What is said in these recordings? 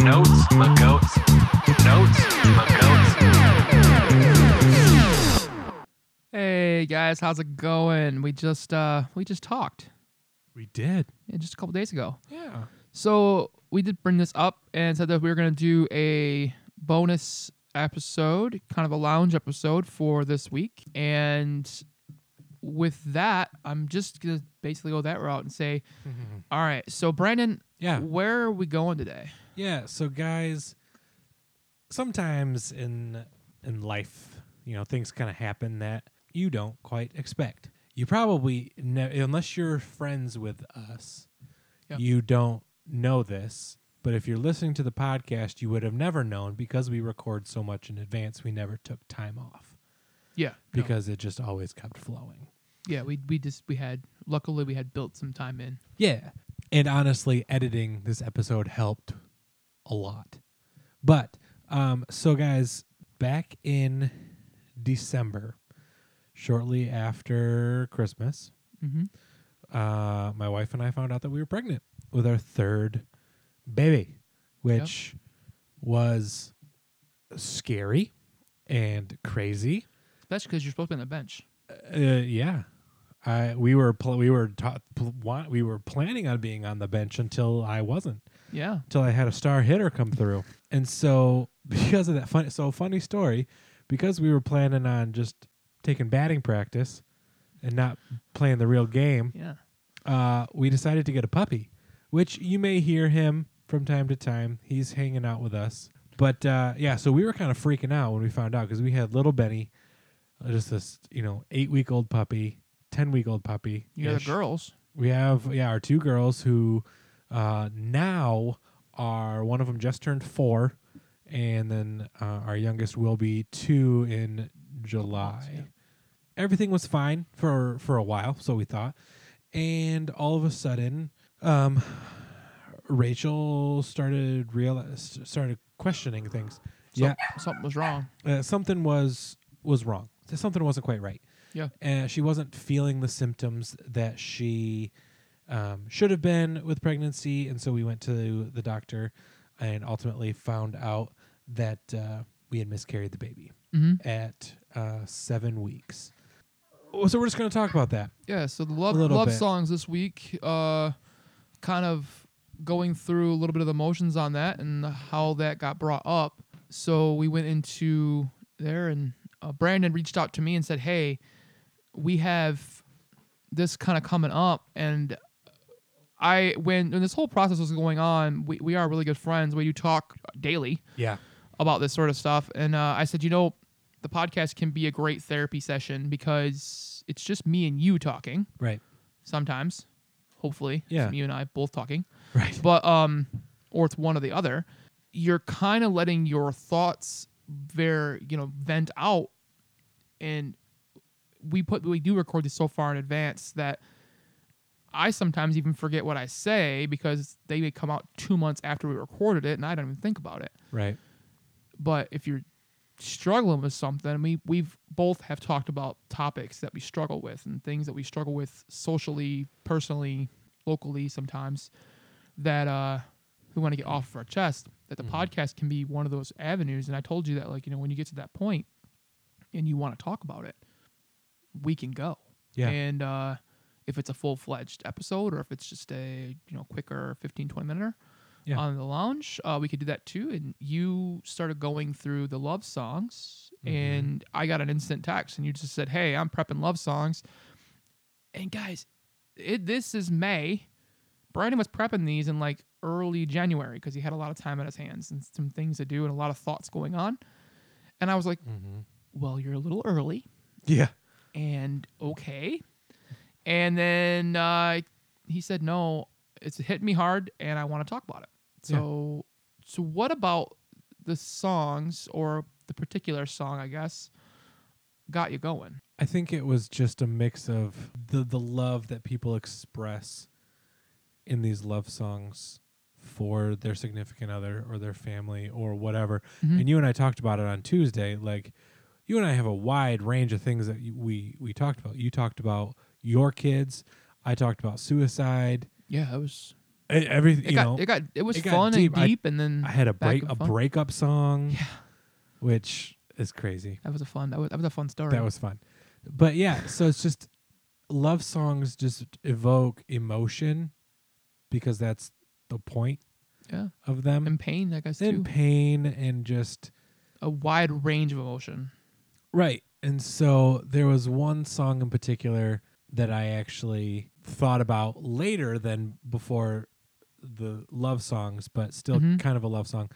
Notes, the goats. Notes, the goats. Hey guys, how's it going? We just uh we just talked We did. yeah, just a couple days ago. Yeah. So we did bring this up and said that we were gonna do a bonus episode, kind of a lounge episode for this week. And with that, I'm just gonna basically go that route and say, all right. So Brandon, Yeah. where are we going today? Yeah. So guys, sometimes in in life, you know, things kind of happen that you don't quite expect. You probably ne- unless you're friends with us, Yeah. you don't know this. But if you're listening to the podcast, you would have never known because we record so much in advance. We never took time off Yeah, no. because it just always kept flowing. yeah, we we just we had luckily we had built some time in. Yeah. And honestly, editing this episode helped a lot. But um so guys, back in December, shortly after Christmas, Mhm. uh my wife and I found out that we were pregnant with our third baby, which was scary and crazy. Especially because you're supposed to be on the bench. Uh, yeah, I we were pl- we were ta- pl- wa- we were planning on being on the bench until I wasn't Yeah, until I had a star hitter come through, and so because of that fun so funny story, because we were planning on just taking batting practice and not playing the real game, yeah, uh, we decided to get a puppy, which you may hear him from time to time. He's hanging out with us. But uh, yeah, so we were kind of freaking out when we found out because we had little Benny, uh, just this, you know, eight week old puppy, 10 week old puppy. you got the girls. We have, yeah, our two girls who uh, now are, one of them just turned four, and then uh, our youngest will be two in July. yeah. Everything was fine for, for a while, so we thought. And all of a sudden, um, Rachel started real started questioning things. Some- yeah, something was wrong. uh, something was was wrong. Something wasn't quite right. Yeah. and she wasn't feeling the symptoms that she um, should have been with pregnancy, and so we went to the doctor, and ultimately found out that uh, we had miscarried the baby Mhm. at uh, seven weeks. Oh, So we're just going to talk about that. Yeah, so the love A little love bit. songs this week, uh, kind of going through a little bit of the motions on that and how that got brought up. So we went into there, and uh, Brandon reached out to me and said, "Hey, we have this kind of coming up," and I when when this whole process was going on, we we are really good friends. We do talk daily Yeah, about this sort of stuff. And uh, I said, you know, the podcast can be a great therapy session because it's just me and you talking right, sometimes, hopefully. Yeah. You and I both talking. right, But, um, or it's one or the other. You're kind of letting your thoughts ver, you know, vent out. And we put, we do record this so far in advance that I sometimes even forget what I say because they may come out two months after we recorded it and I don't even think about it right. but if you're struggling with something we we've both have talked about topics that we struggle with and things that we struggle with socially personally locally sometimes that uh we want to get off of our chest that the podcast can be one of those avenues and i told you that like you know when you get to that point and you want to talk about it we can go Yeah. and uh if it's a full-fledged episode or if it's just a you know quicker 15 20 minute Yeah. on the lounge uh, we could do that too and you started going through the love songs Mm-hmm. and i got an instant text and you just said hey i'm prepping love songs and guys it, this is may brandon was prepping these in like early january because he had a lot of time on his hands and some things to do and a lot of thoughts going on and i was like Mm-hmm. well you're a little early Yeah, and okay. And then uh, he said, no, it's hit me hard and I want to talk about it. Yeah. So, so what about the songs or the particular song, I guess, got you going? I think it was just a mix of the the love that people express in these love songs for their significant other or their family or whatever. Mhm. And you and I talked about it on Tuesday. Like you and I have a wide range of things that you, we we talked about. You talked about your kids. I talked about suicide. Yeah, it was e- everything. It You got know, it got it was it got fun deep. I- and deep, and then I had a back break and a fun. breakup song, Yeah. which is crazy. That was a fun. That was that was a fun story. That was fun. But yeah, so it's just love songs just evoke emotion because that's the point yeah. of them. And pain, I guess too. and pain and just A wide range of emotion. Right. And so there was one song in particular that I actually thought about later than before the love songs, but still Mhm. kind of a love song.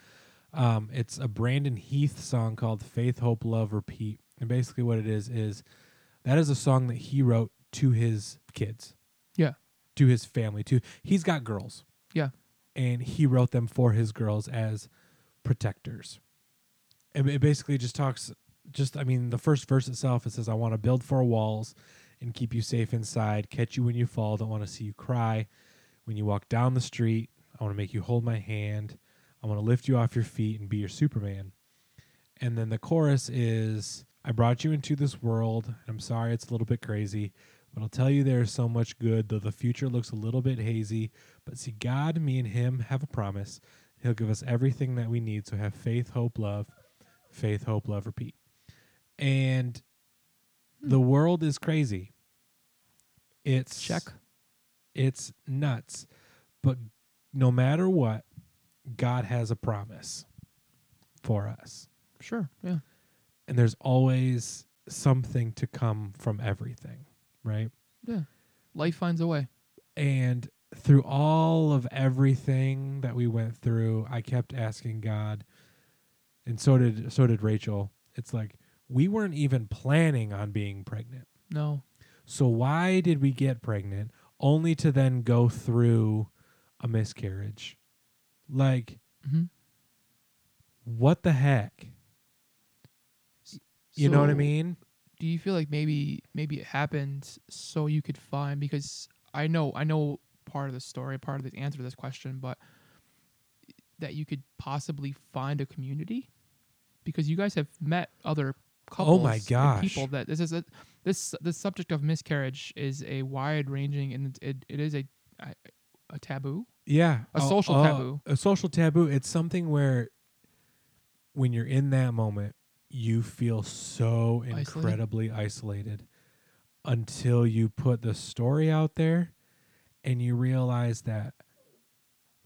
Um, it's a Brandon Heath song called Faith, Hope, Love, Repeat. And basically what it is is that is a song that he wrote to his kids. Yeah. To his family. To he's got girls. Yeah. And he wrote them for his girls as protectors. And it basically just talks just I mean the first verse itself it says I want to build four walls and keep you safe inside, catch you when you fall, don't want to see you cry when you walk down the street. I want to make you hold my hand. I want to lift you off your feet and be your Superman. And then the chorus is I brought you into this world. I'm sorry it's a little bit crazy, but I'll tell you there's so much good though the future looks a little bit hazy, but see God, me and him have a promise. He'll give us everything that we need, so have faith, hope, love. Faith, hope, love, repeat and the world is crazy. It's Check. It's nuts. But no matter what, God has a promise for us. Sure. Yeah. And there's always something to come from everything, right? Life finds a way. And through all of everything that we went through, I kept asking God, and so did so did Rachel. It's like we weren't even planning on being pregnant. No. So why did we get pregnant only to then go through a miscarriage? Like Mhm. what the heck? You know what I So, mean? Do you feel like maybe maybe it happened so you could find because I know I know part of the story, part of the answer to this question, but that you could possibly find a community because you guys have met other couples. Oh my and gosh. People that this is a, this the subject of miscarriage is a wide ranging and it, it is a a, a taboo. Yeah. A Oh, social oh, taboo. A social taboo. It's something where when you're in that moment, you feel so Isolated. incredibly isolated until you put the story out there and you realize that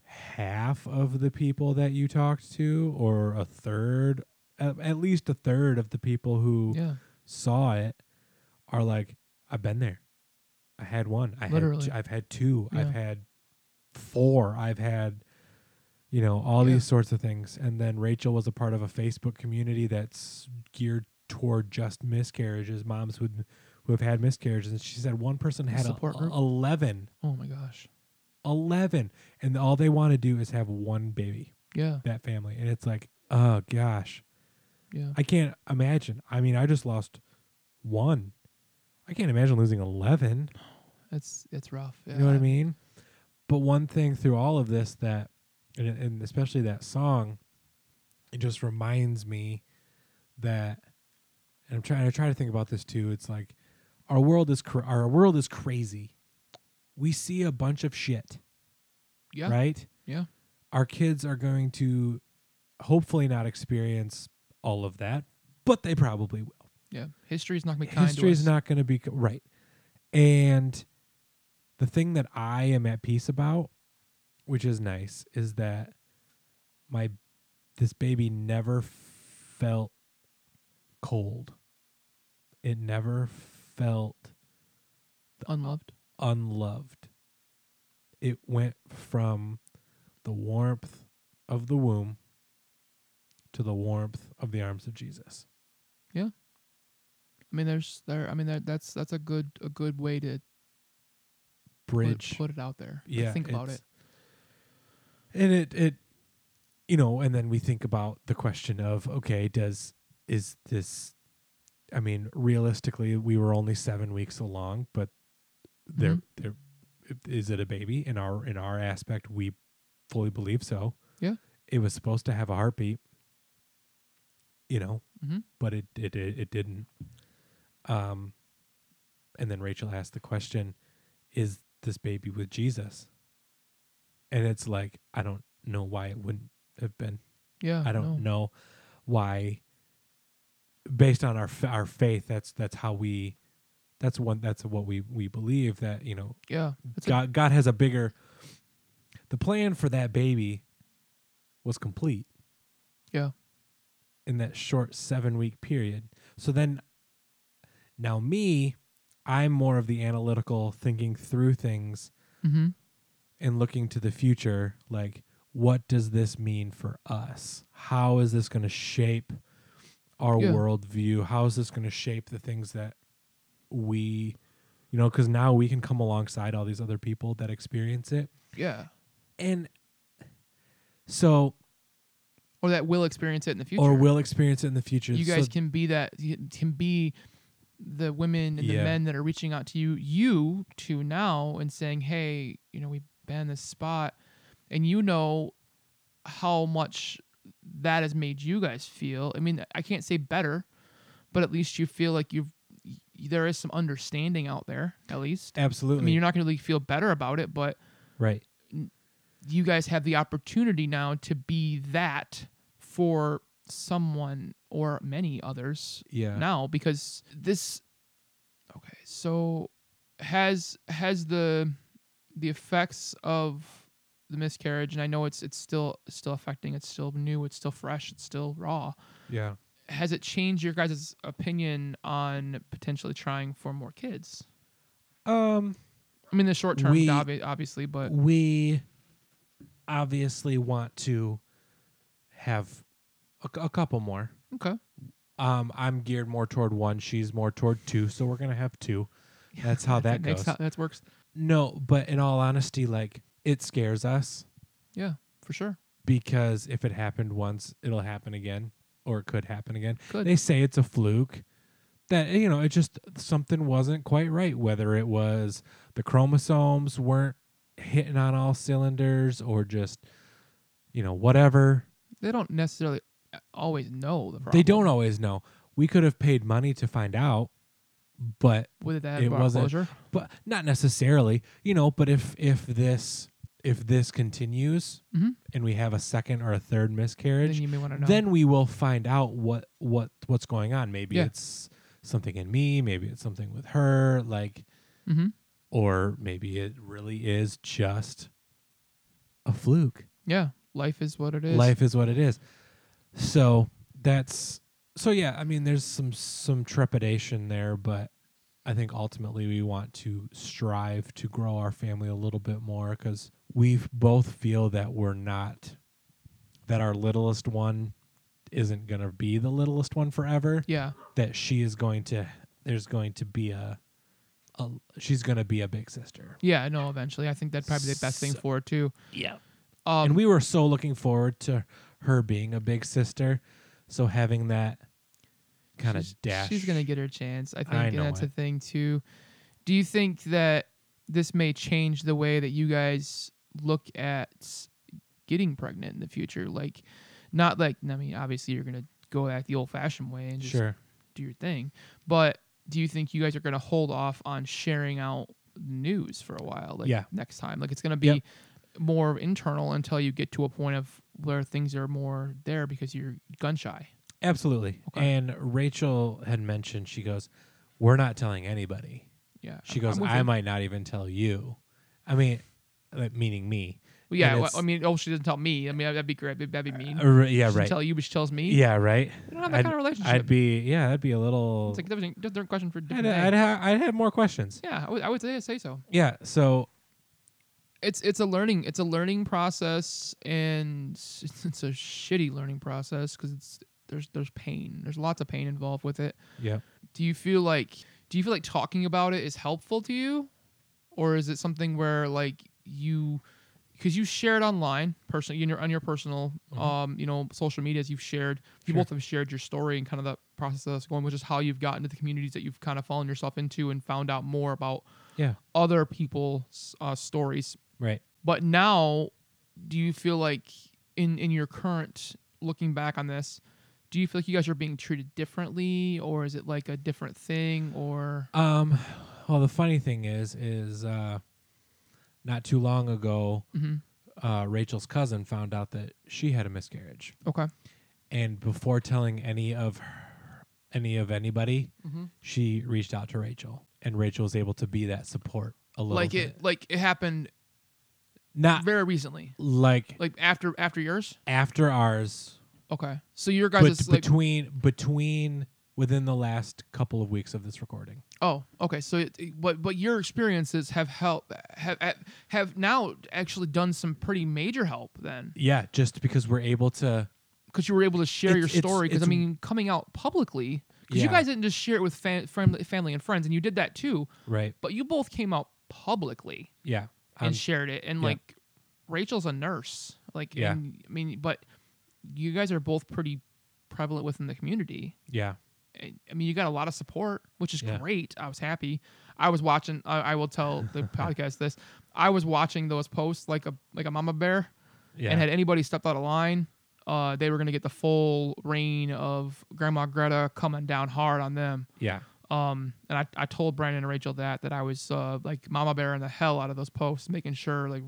half of the people that you talked to or a third at at least a third of the people who Yeah. saw it are like, I've been there. I had one. I had. Literally. Two, I've had two. I've Yeah. had four. I've had, you know, all Yeah. these sorts of things. And then Rachel was a part of a Facebook community that's geared toward just miscarriages, moms with who have had miscarriages. And she said one person had a- support a- group? eleven. Oh my gosh. 11 and all they want to do is have one baby Yeah. that family and it's like oh gosh Yeah. I can't imagine. I mean, I just lost one. I can't imagine losing 11. It's it's rough. Yeah. You know what I mean? But one thing through all of this that, and, and especially that song, it just reminds me that, and I'm trying, I try to think about this too. It's like our world is, cra- our world is crazy. We see a bunch of shit Yeah. right? Yeah. Our kids are going to hopefully not experience all of that, but they probably will. Yeah. History's not gonna be kind History to is us. not going to be co- right. And the thing that I am at peace about, which is nice, is that my this baby never felt cold. It never felt unloved. unloved. It went from the warmth of the womb to the warmth of the arms of Jesus. I mean, there's there. I mean, that, that's that's a good a good way to put, Bridge. put it out there. to yeah. think about it's- it. And it it you know, and then we think about the question of okay, does is this I mean, realistically we were only 7 weeks along, but there Mhm. there is it a baby in our in our aspect we fully believe so. Yeah. It was supposed to have a heartbeat. You know, Mhm. but it it it, it didn't. Um, and then Rachel asked the question, "Is this baby with Jesus?" and it's like I don't know why it wouldn't have been. Yeah. I don't know why. Based on our f- our faith, that's that's how we, that's one that's what we we believe that you know Yeah. That's a, God God has a bigger. The plan for that baby was complete. Yeah. In that short seven week period, so then, now me, I'm more of the analytical thinking through things mm-hmm. and looking to the future, like what does this mean for us? How is this going to shape our Yeah. worldview? How is this going to shape the things that we, you know, because now we can come alongside all these other people that experience it. Yeah. And so, Or that will experience it in the future. or will experience it in the future. you guys so, can be that you can be the women and Yeah. the men that are reaching out to you you to now and saying hey you know we banned this spot and you know how much that has made you guys feel i mean i can't say better but at least you feel like you've y- there is some understanding out there at least i absolutely mean you're not going to really feel better about it but right. you guys have the opportunity now to be that for someone or many others Yeah. now because this okay so has has the the effects of the miscarriage and i know it's it's still it's still affecting it's still new it's still fresh it's still raw yeah. has it changed your guys' opinion on potentially trying for more kids Um. i mean the short term We- obvi- obviously but we obviously want to have a, cou- a couple more. okay Um, I'm geared more toward one. She's more toward two. So we're gonna have two. That's how that makes goes. how- that works No, but in all honesty, like it scares us yeah for sure because if it happened once, it'll happen again, or it could happen again. Could. They say it's a fluke. That you know, it just something wasn't quite right. Whether it was the chromosomes weren't hitting on all cylinders, or just you know whatever. they don't necessarily always know the problem. They don't always know. We could have paid money to find out, but whether that it brought wasn't- closure. but not necessarily you know but if if this if this continues Mhm. and we have a second or a third Then miscarriage you may want to know. then we will find out what what what's going on maybe Yeah. it's something in me maybe it's something with her like hmm or maybe it really is just a fluke yeah, life is what it is. life is what it is so that's so yeah i mean there's some some trepidation there but i think ultimately we want to strive to grow our family a little bit more because we both feel that we're not that our littlest one isn't going to be the littlest one forever Yeah, that she is going to there's going to be a, a she's going to be a big sister yeah, I know. Eventually, I think that's probably the best thing So- for it too. yeah Um, and we were so looking forward to her being a big sister. So having that kind she's- of dash. She's gonna get her chance. I think I and know that's a it. thing too. Do you think that this may change the way that you guys look at getting pregnant in the future? Like, not like I mean, obviously you're gonna go at the old-fashioned way and just sure. do your thing. But do you think you guys are going to hold off on sharing out news for a while? Like Yeah. next time, like it's going to be Yep. more internal until you get to a point of where things are more there because you're gun shy. Absolutely. Okay. And Rachel had mentioned she goes, "We're not telling anybody." Yeah. She goes, I'm with "I you." might not even tell you." I mean, like, meaning me. Well, yeah. and well, it's- I mean, oh, she doesn't tell me. I mean, that'd be great. That'd be mean. Uh, r- yeah, she doesn't right. Tell you, but she tells me. yeah, right. We don't have that I'd- kind of relationship. I'd be yeah, that'd be a little It's like a different, different question for a I'd, different. day. I'd, ha- I'd have more questions. yeah, I would, I would say, say so. Yeah, so it's it's a learning it's a learning process and it's, it's a shitty learning process because it's there's there's pain there's lots of pain involved with it yeah. do you feel like do you feel like talking about it is helpful to you or is it something where like you because you shared online personally in your on your personal um you know social medias you've shared you Mm-hmm. Sure. both have shared your story and kind of the process that's going which is how you've gotten to the communities that you've kind of fallen yourself into and found out more about Yeah. other people's uh, stories Right. but now, do you feel like in in your current looking back on this, do you feel like you guys are being treated differently, or is it like a different thing, or Um, well, the funny thing is, is uh, not too long ago, Mhm. uh, Rachel's cousin found out that she had a miscarriage, Okay. and before telling any of her, any of anybody, Mhm. she reached out to Rachel, and Rachel was able to be that support a little Like bit. it, like it happened not very recently, like like after after yours. after ours, Okay, so your but guys' like between between within the last couple of weeks of this recording. Oh, okay. So, it, it- but but your experiences have helped have have now actually done some pretty major help then, Yeah, just because we're able to because you were able to share your It's- it's- story. Because I it's- mean, coming out publicly, because you Yeah. guys didn't just share it with fam- family, family and friends, and you did that too. right. But you both came out publicly Yeah. and Um, shared it. And yeah. like, Rachel's a nurse. Like, Yeah. and- I mean, but you guys are both pretty prevalent within the community. yeah. I I mean, you got a lot of support, which is Yeah. great. I was happy. I was watching. I, I will tell the podcast this. I was watching those posts like a like a mama bear, Yeah. and had anybody stepped out of line, uh, they were gonna get the full reign of Grandma Greta coming down hard on them. yeah. Um, and I, I told Brandon and Rachel that that I was uh, like mama bearing the hell out of those posts, making sure like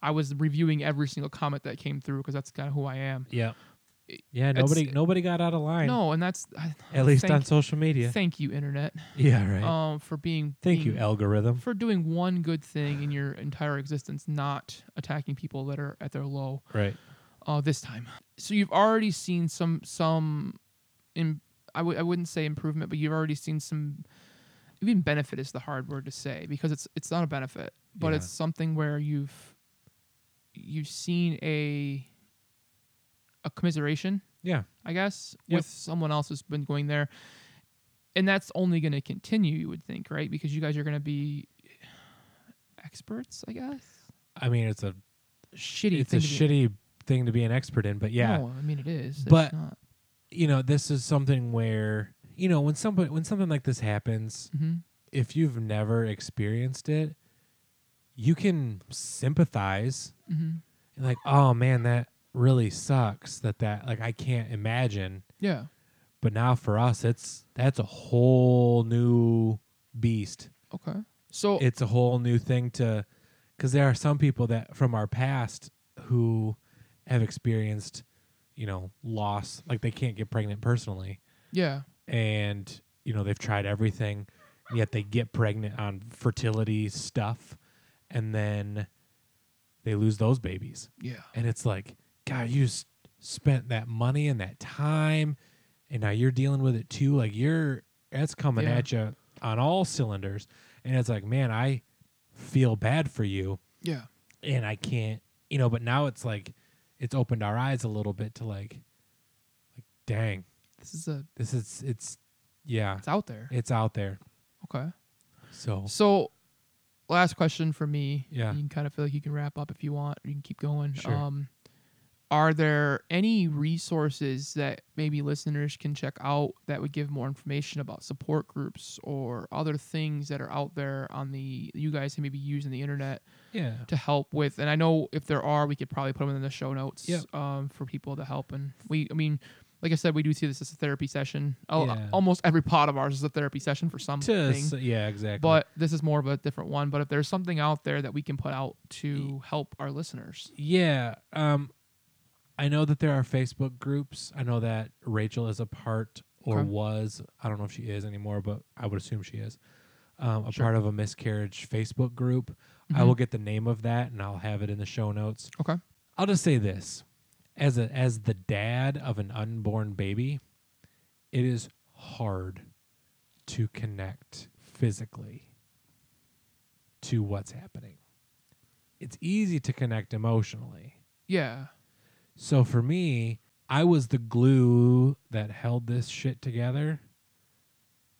I was reviewing every single comment that came through because that's kind of who I am. Yeah. Yeah, it's- nobody nobody got out of line. No, and that's I, At least thank- on social media. Thank you, internet, yeah, right. um, for being Thank being- you, algorithm. for doing one good thing in your entire existence, not attacking people that are at their low Right. uh, this time. So you've already seen some some, in, I w- I wouldn't say improvement, but you've already seen some. Even benefit is the hard word to say because it's it's not a benefit, but Yeah. it's something where you've you've seen a a commiseration Yeah. I guess, Yep. with someone else who's been going there. And that's only going to continue, you would think, right? Because you guys are going to be experts, I guess. I mean, it's a Shitty. it's a thing to be- shitty thing to be an expert in, but yeah, No, I mean, it is. It's But- not. you know, this is something where you know when somebody when something like this happens, Mhm. if you've never experienced it, you can sympathize Mhm. and like, oh man, that really sucks. That that like I can't imagine. Yeah. But now for us, it's that's a whole new beast. Okay. So, it's a whole new thing to because there are some people that from our past who have experienced you know loss like they can't get pregnant personally yeah. and you know they've tried everything and yet they get pregnant on fertility stuff and then they lose those babies Yeah. and it's like god you s- spent that money and that time and now you're dealing with it too like you're that's coming Yeah. at you on all cylinders and it's like man i feel bad for you Yeah. and i can't you know but now it's like it's opened our eyes a little bit to like like dang This is a, this is it's yeah it's out there. it's out there Okay. so So, last question for me. Yeah. You can kind of feel like you can wrap up if you want, or you can keep going. Sure. Um, are there any resources that maybe listeners can check out that would give more information about support groups or other things that are out there on the you guys can maybe use on the internet yeah to help with? And I know if there are, we could probably put them in the show notes Yep. um, for people to help. And we, I mean, like I said, we do see this as a therapy session. Al- Yeah. Almost every pod of ours is a therapy session for something. to, s- yeah exactly But this is more of a different one. But if there's something out there that we can put out to help our listeners, Yeah. Um I know that there are Facebook groups. I know that Rachel is a part or Okay. was, I don't know if she is anymore, but I would assume she is. Um, a Sure. part of a miscarriage Facebook group. I Mhm. will get the name of that and I'll have it in the show notes. Okay. I'll just say this. As a as the dad of an unborn baby, it is hard to connect physically to what's happening. It's easy to connect emotionally. yeah, So for me, I was the glue that held this shit together.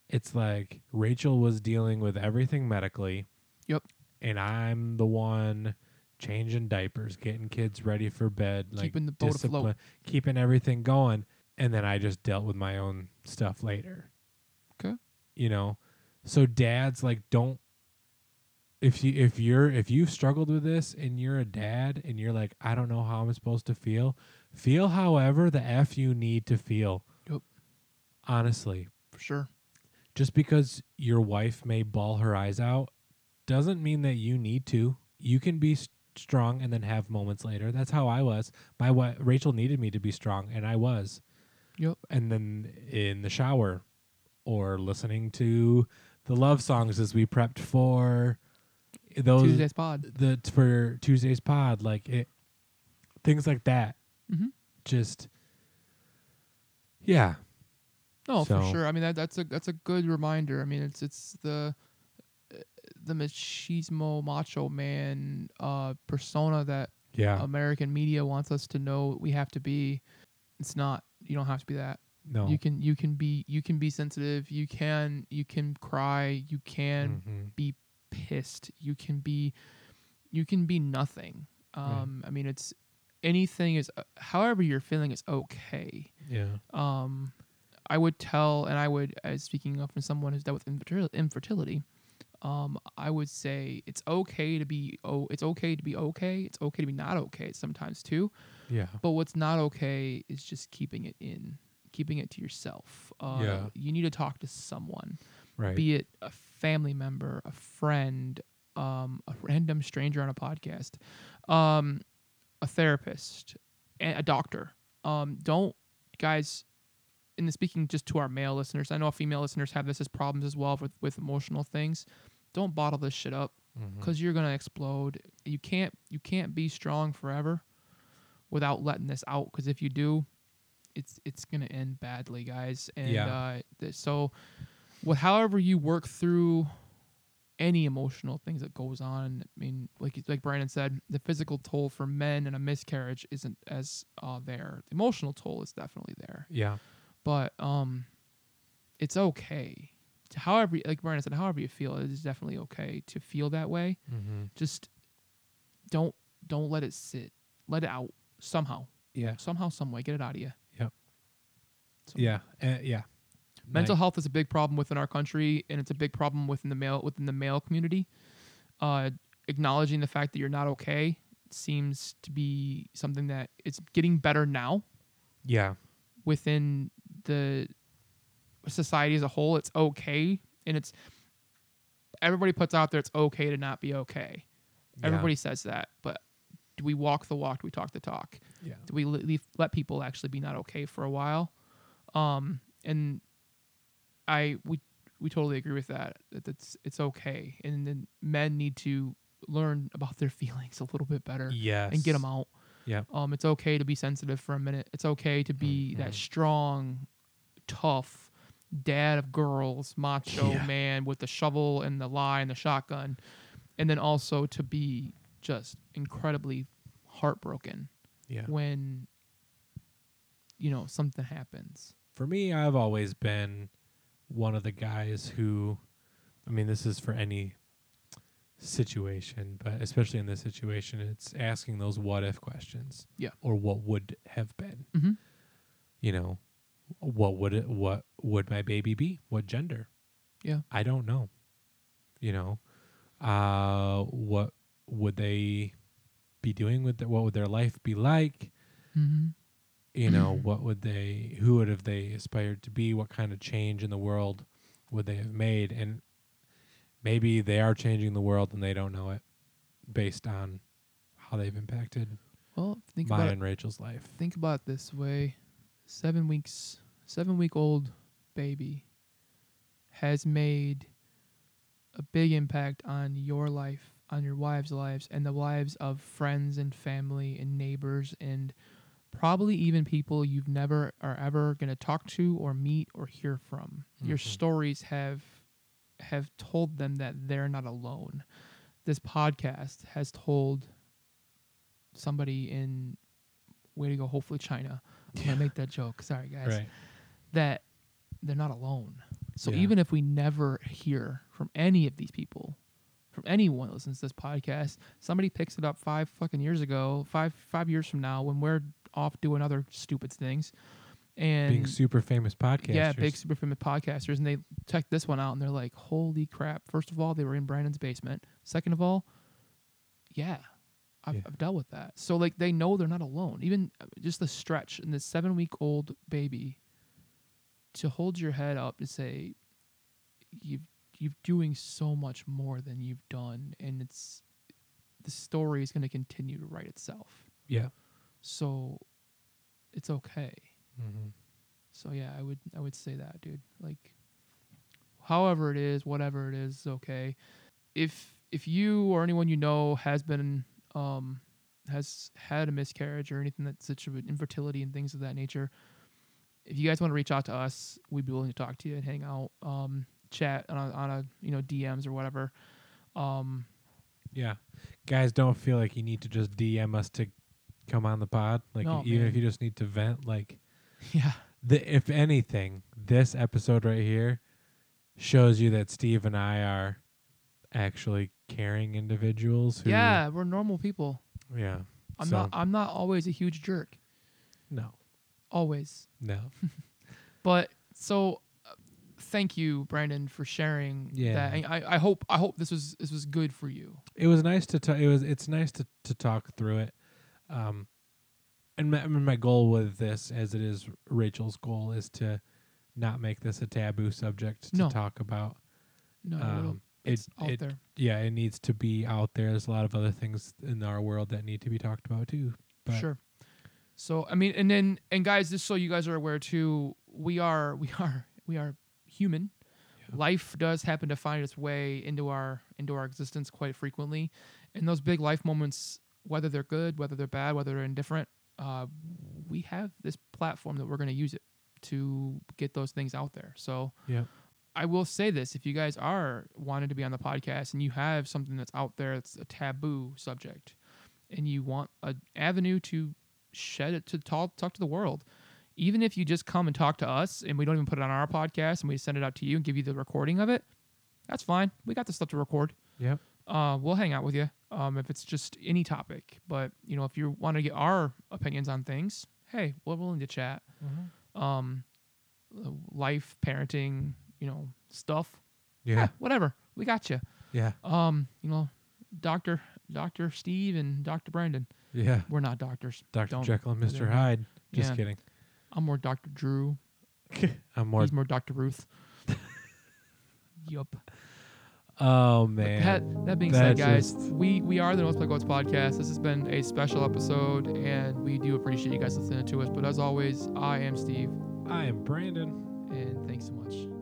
It's like Rachel was dealing with everything medically. Yep. And I'm the one changing diapers, getting kids ready for bed, like Keeping the boat afloat. discipline, keeping everything going. And then I just dealt with my own stuff later. 'Kay. You know? So dads like don't if you if you're if you've struggled with this and you're a dad and you're like I don't know how I'm supposed to feel, feel however the f you need to feel. Yep. Honestly, for sure. just because your wife may ball her eyes out doesn't mean that you need to. You can be s- strong and then have moments later. That's how I was. My wa- Rachel needed me to be strong, and I was. Yep. And then in the shower, or listening to the love songs as we prepped for those Tuesday's pod. the for Tuesday's pod, like it, things like that. Mhm. Just yeah, No, for So- sure. I mean that that's a that's a good reminder. I mean it's it's the uh, the machismo macho man uh, persona that yeah. American media wants us to know we have to be. It's not. You don't have to be that. no, You can you can be you can be sensitive. You can you can cry. You can Mhm. be pissed. You can be you can be nothing. Right. Um, I mean it's anything is however you're feeling is okay yeah, um, I would tell, and I would, as speaking of from someone who's dealt with infertil- infertility, um, I would say it's okay to be oh, it's okay to be okay. It's okay to be not okay sometimes too. yeah, But what's not okay is just keeping it in, keeping it to yourself. Uh, Yeah. You need to talk to someone, right, be it a family member, a friend, um, a random stranger on a podcast, um, a therapist, a a doctor. Um, don't, guys, in the speaking just to our male listeners, I know female listeners have this as problems as well with, with emotional things. Don't bottle this shit up Mhm. because you're gonna explode. You can't you can't be strong forever without letting this out. Because if you do, it's it's gonna end badly, guys. And Yeah. uh, th- so, what however you work through any emotional things that goes on. I mean, like like Brandon said, the physical toll for men in a miscarriage isn't as uh, there. The emotional toll is definitely there yeah, but um it's okay To however like Brian said however you feel it is definitely okay to feel that way mm-hmm. just don't don't let it sit let it out somehow yeah, somehow some way get it out of you Yep. So, yeah, uh, yeah. mental Like- health is a big problem within our country and it's a big problem within the male within the male community uh acknowledging the fact that you're not okay seems to be something that it's getting better now Yeah, within the society as a whole it's okay and it's everybody puts out there it's okay to not be okay yeah, everybody says that but do we walk the walk do we talk the talk Yeah, do we le- leave, let people actually be not okay for a while um and i we we totally agree with that that it's it's okay and then men need to learn about their feelings a little bit better yes, and get them out Yep. Mm-hmm. um, it's okay to be sensitive for a minute. It's okay to be that strong, tough dad of girls, macho Yeah. man with the shovel and the lie and the shotgun, and then also to be just incredibly heartbroken Yeah. when you know something happens. for me, I've always been one of the guys who, I mean, this is for any situation, but especially in this situation, it's asking those what if questions. Yeah. Or what would have been. Mhm. You know, what would it, what would my baby be? What gender? Yeah. I don't know. You know, uh, what would they be doing with their, what would their life be like? Mm-hmm. you know what would they who would have they aspired to be what kind of change in the world would they have made and maybe they are changing the world and they don't know it based on how they've impacted Well, think mine about it. and rachel's life Think about it this way: seven weeks, seven week old baby has made a big impact on your life, on your wives' lives, and the lives of friends and family and neighbors and probably even people you've never are ever going to talk to or meet or hear from. Your Mhm. stories have have told them that they're not alone. This podcast has told somebody in way to go hopefully China. I'm going to make that joke. Sorry guys right that they're not alone. So Yeah. even if we never hear from any of these people, from anyone that listens to this podcast, somebody picks it up five fucking years ago, five five years from now, when we're off doing other stupid things, and being super famous podcasters yeah, big super famous podcasters, and they check this one out and they're like, "Holy crap!" First of all, they were in Brandon's basement. Second of all, yeah, I've, Yeah. I've dealt with that. So like, they know they're not alone. Even uh, just the stretch and the seven week old baby to hold your head up to say, "You've you've doing so much more than you've done," and it's the story is going to continue to write itself. Yeah. So it's okay. Mm-hmm. So yeah, I would I would say that, dude. Like however it is, whatever it is, it's okay. If if you or anyone you know has been um has had a miscarriage or anything that's such with infertility and things of that nature, if you guys want to reach out to us, we'd be willing to talk to you and hang out, um, chat on a, on a you know DMs or whatever. Um, Yeah. Guys, don't feel like you need to just DM us to come on the pod. Like No, even man. if you just need to vent, like yeah, the if anything, this episode right here shows you that Steve and I are actually caring individuals who yeah, we're normal people. Yeah. I'm So- not I'm not always a huge jerk, No. always. No. But so, uh, thank you, Brandon, for sharing Yeah. that. And I, I hope I hope this was this was good for you. it was nice to talk. It was it's nice to to talk through it. Um, and my, I mean, my goal with this, as it is Rachel's goal, is to not make this a taboo subject to No. talk about. No, Um, it- it's out it- there. Yeah, it needs to be out there. There's a lot of other things in our world that need to be talked about too. But Sure. So I mean, and then and guys, just so you guys are aware too, we are we are we are human. Life does happen to find its way into our into our existence quite frequently, and those big life moments, whether they're good, whether they're bad, whether they're indifferent, uh, we have this platform that we're going to use it to get those things out there. So yeah, I will say this: if you guys are wanting to be on the podcast and you have something that's out there that's a taboo subject, and you want an avenue to shed it to talk talk to the world, even if you just come and talk to us and we don't even put it on our podcast and we send it out to you and give you the recording of it, that's fine. We got the stuff to record. yep, Uh, we'll hang out with you um, if it's just any topic. But you know, if you want to get our opinions on things, hey, we're willing to chat um, uh, life, parenting, you know, stuff. yeah, Eh, whatever. We got you. yeah, Um, you know, Doctor Doctor Steve and Doctor Brandon. yeah. We're not doctors. Doctor Don't- Jekyll and Mister don't- Hyde. Just Yeah. kidding. I'm more Doctor Drew. I'm more. He's more Doctor Ruth. yup. Oh But man. That, that being That said, guys, just- we we are the Most Play Goats podcast. This has been a special episode, and we do appreciate you guys listening to us. But as always, I am Steve, I am Brandon. and thanks so much.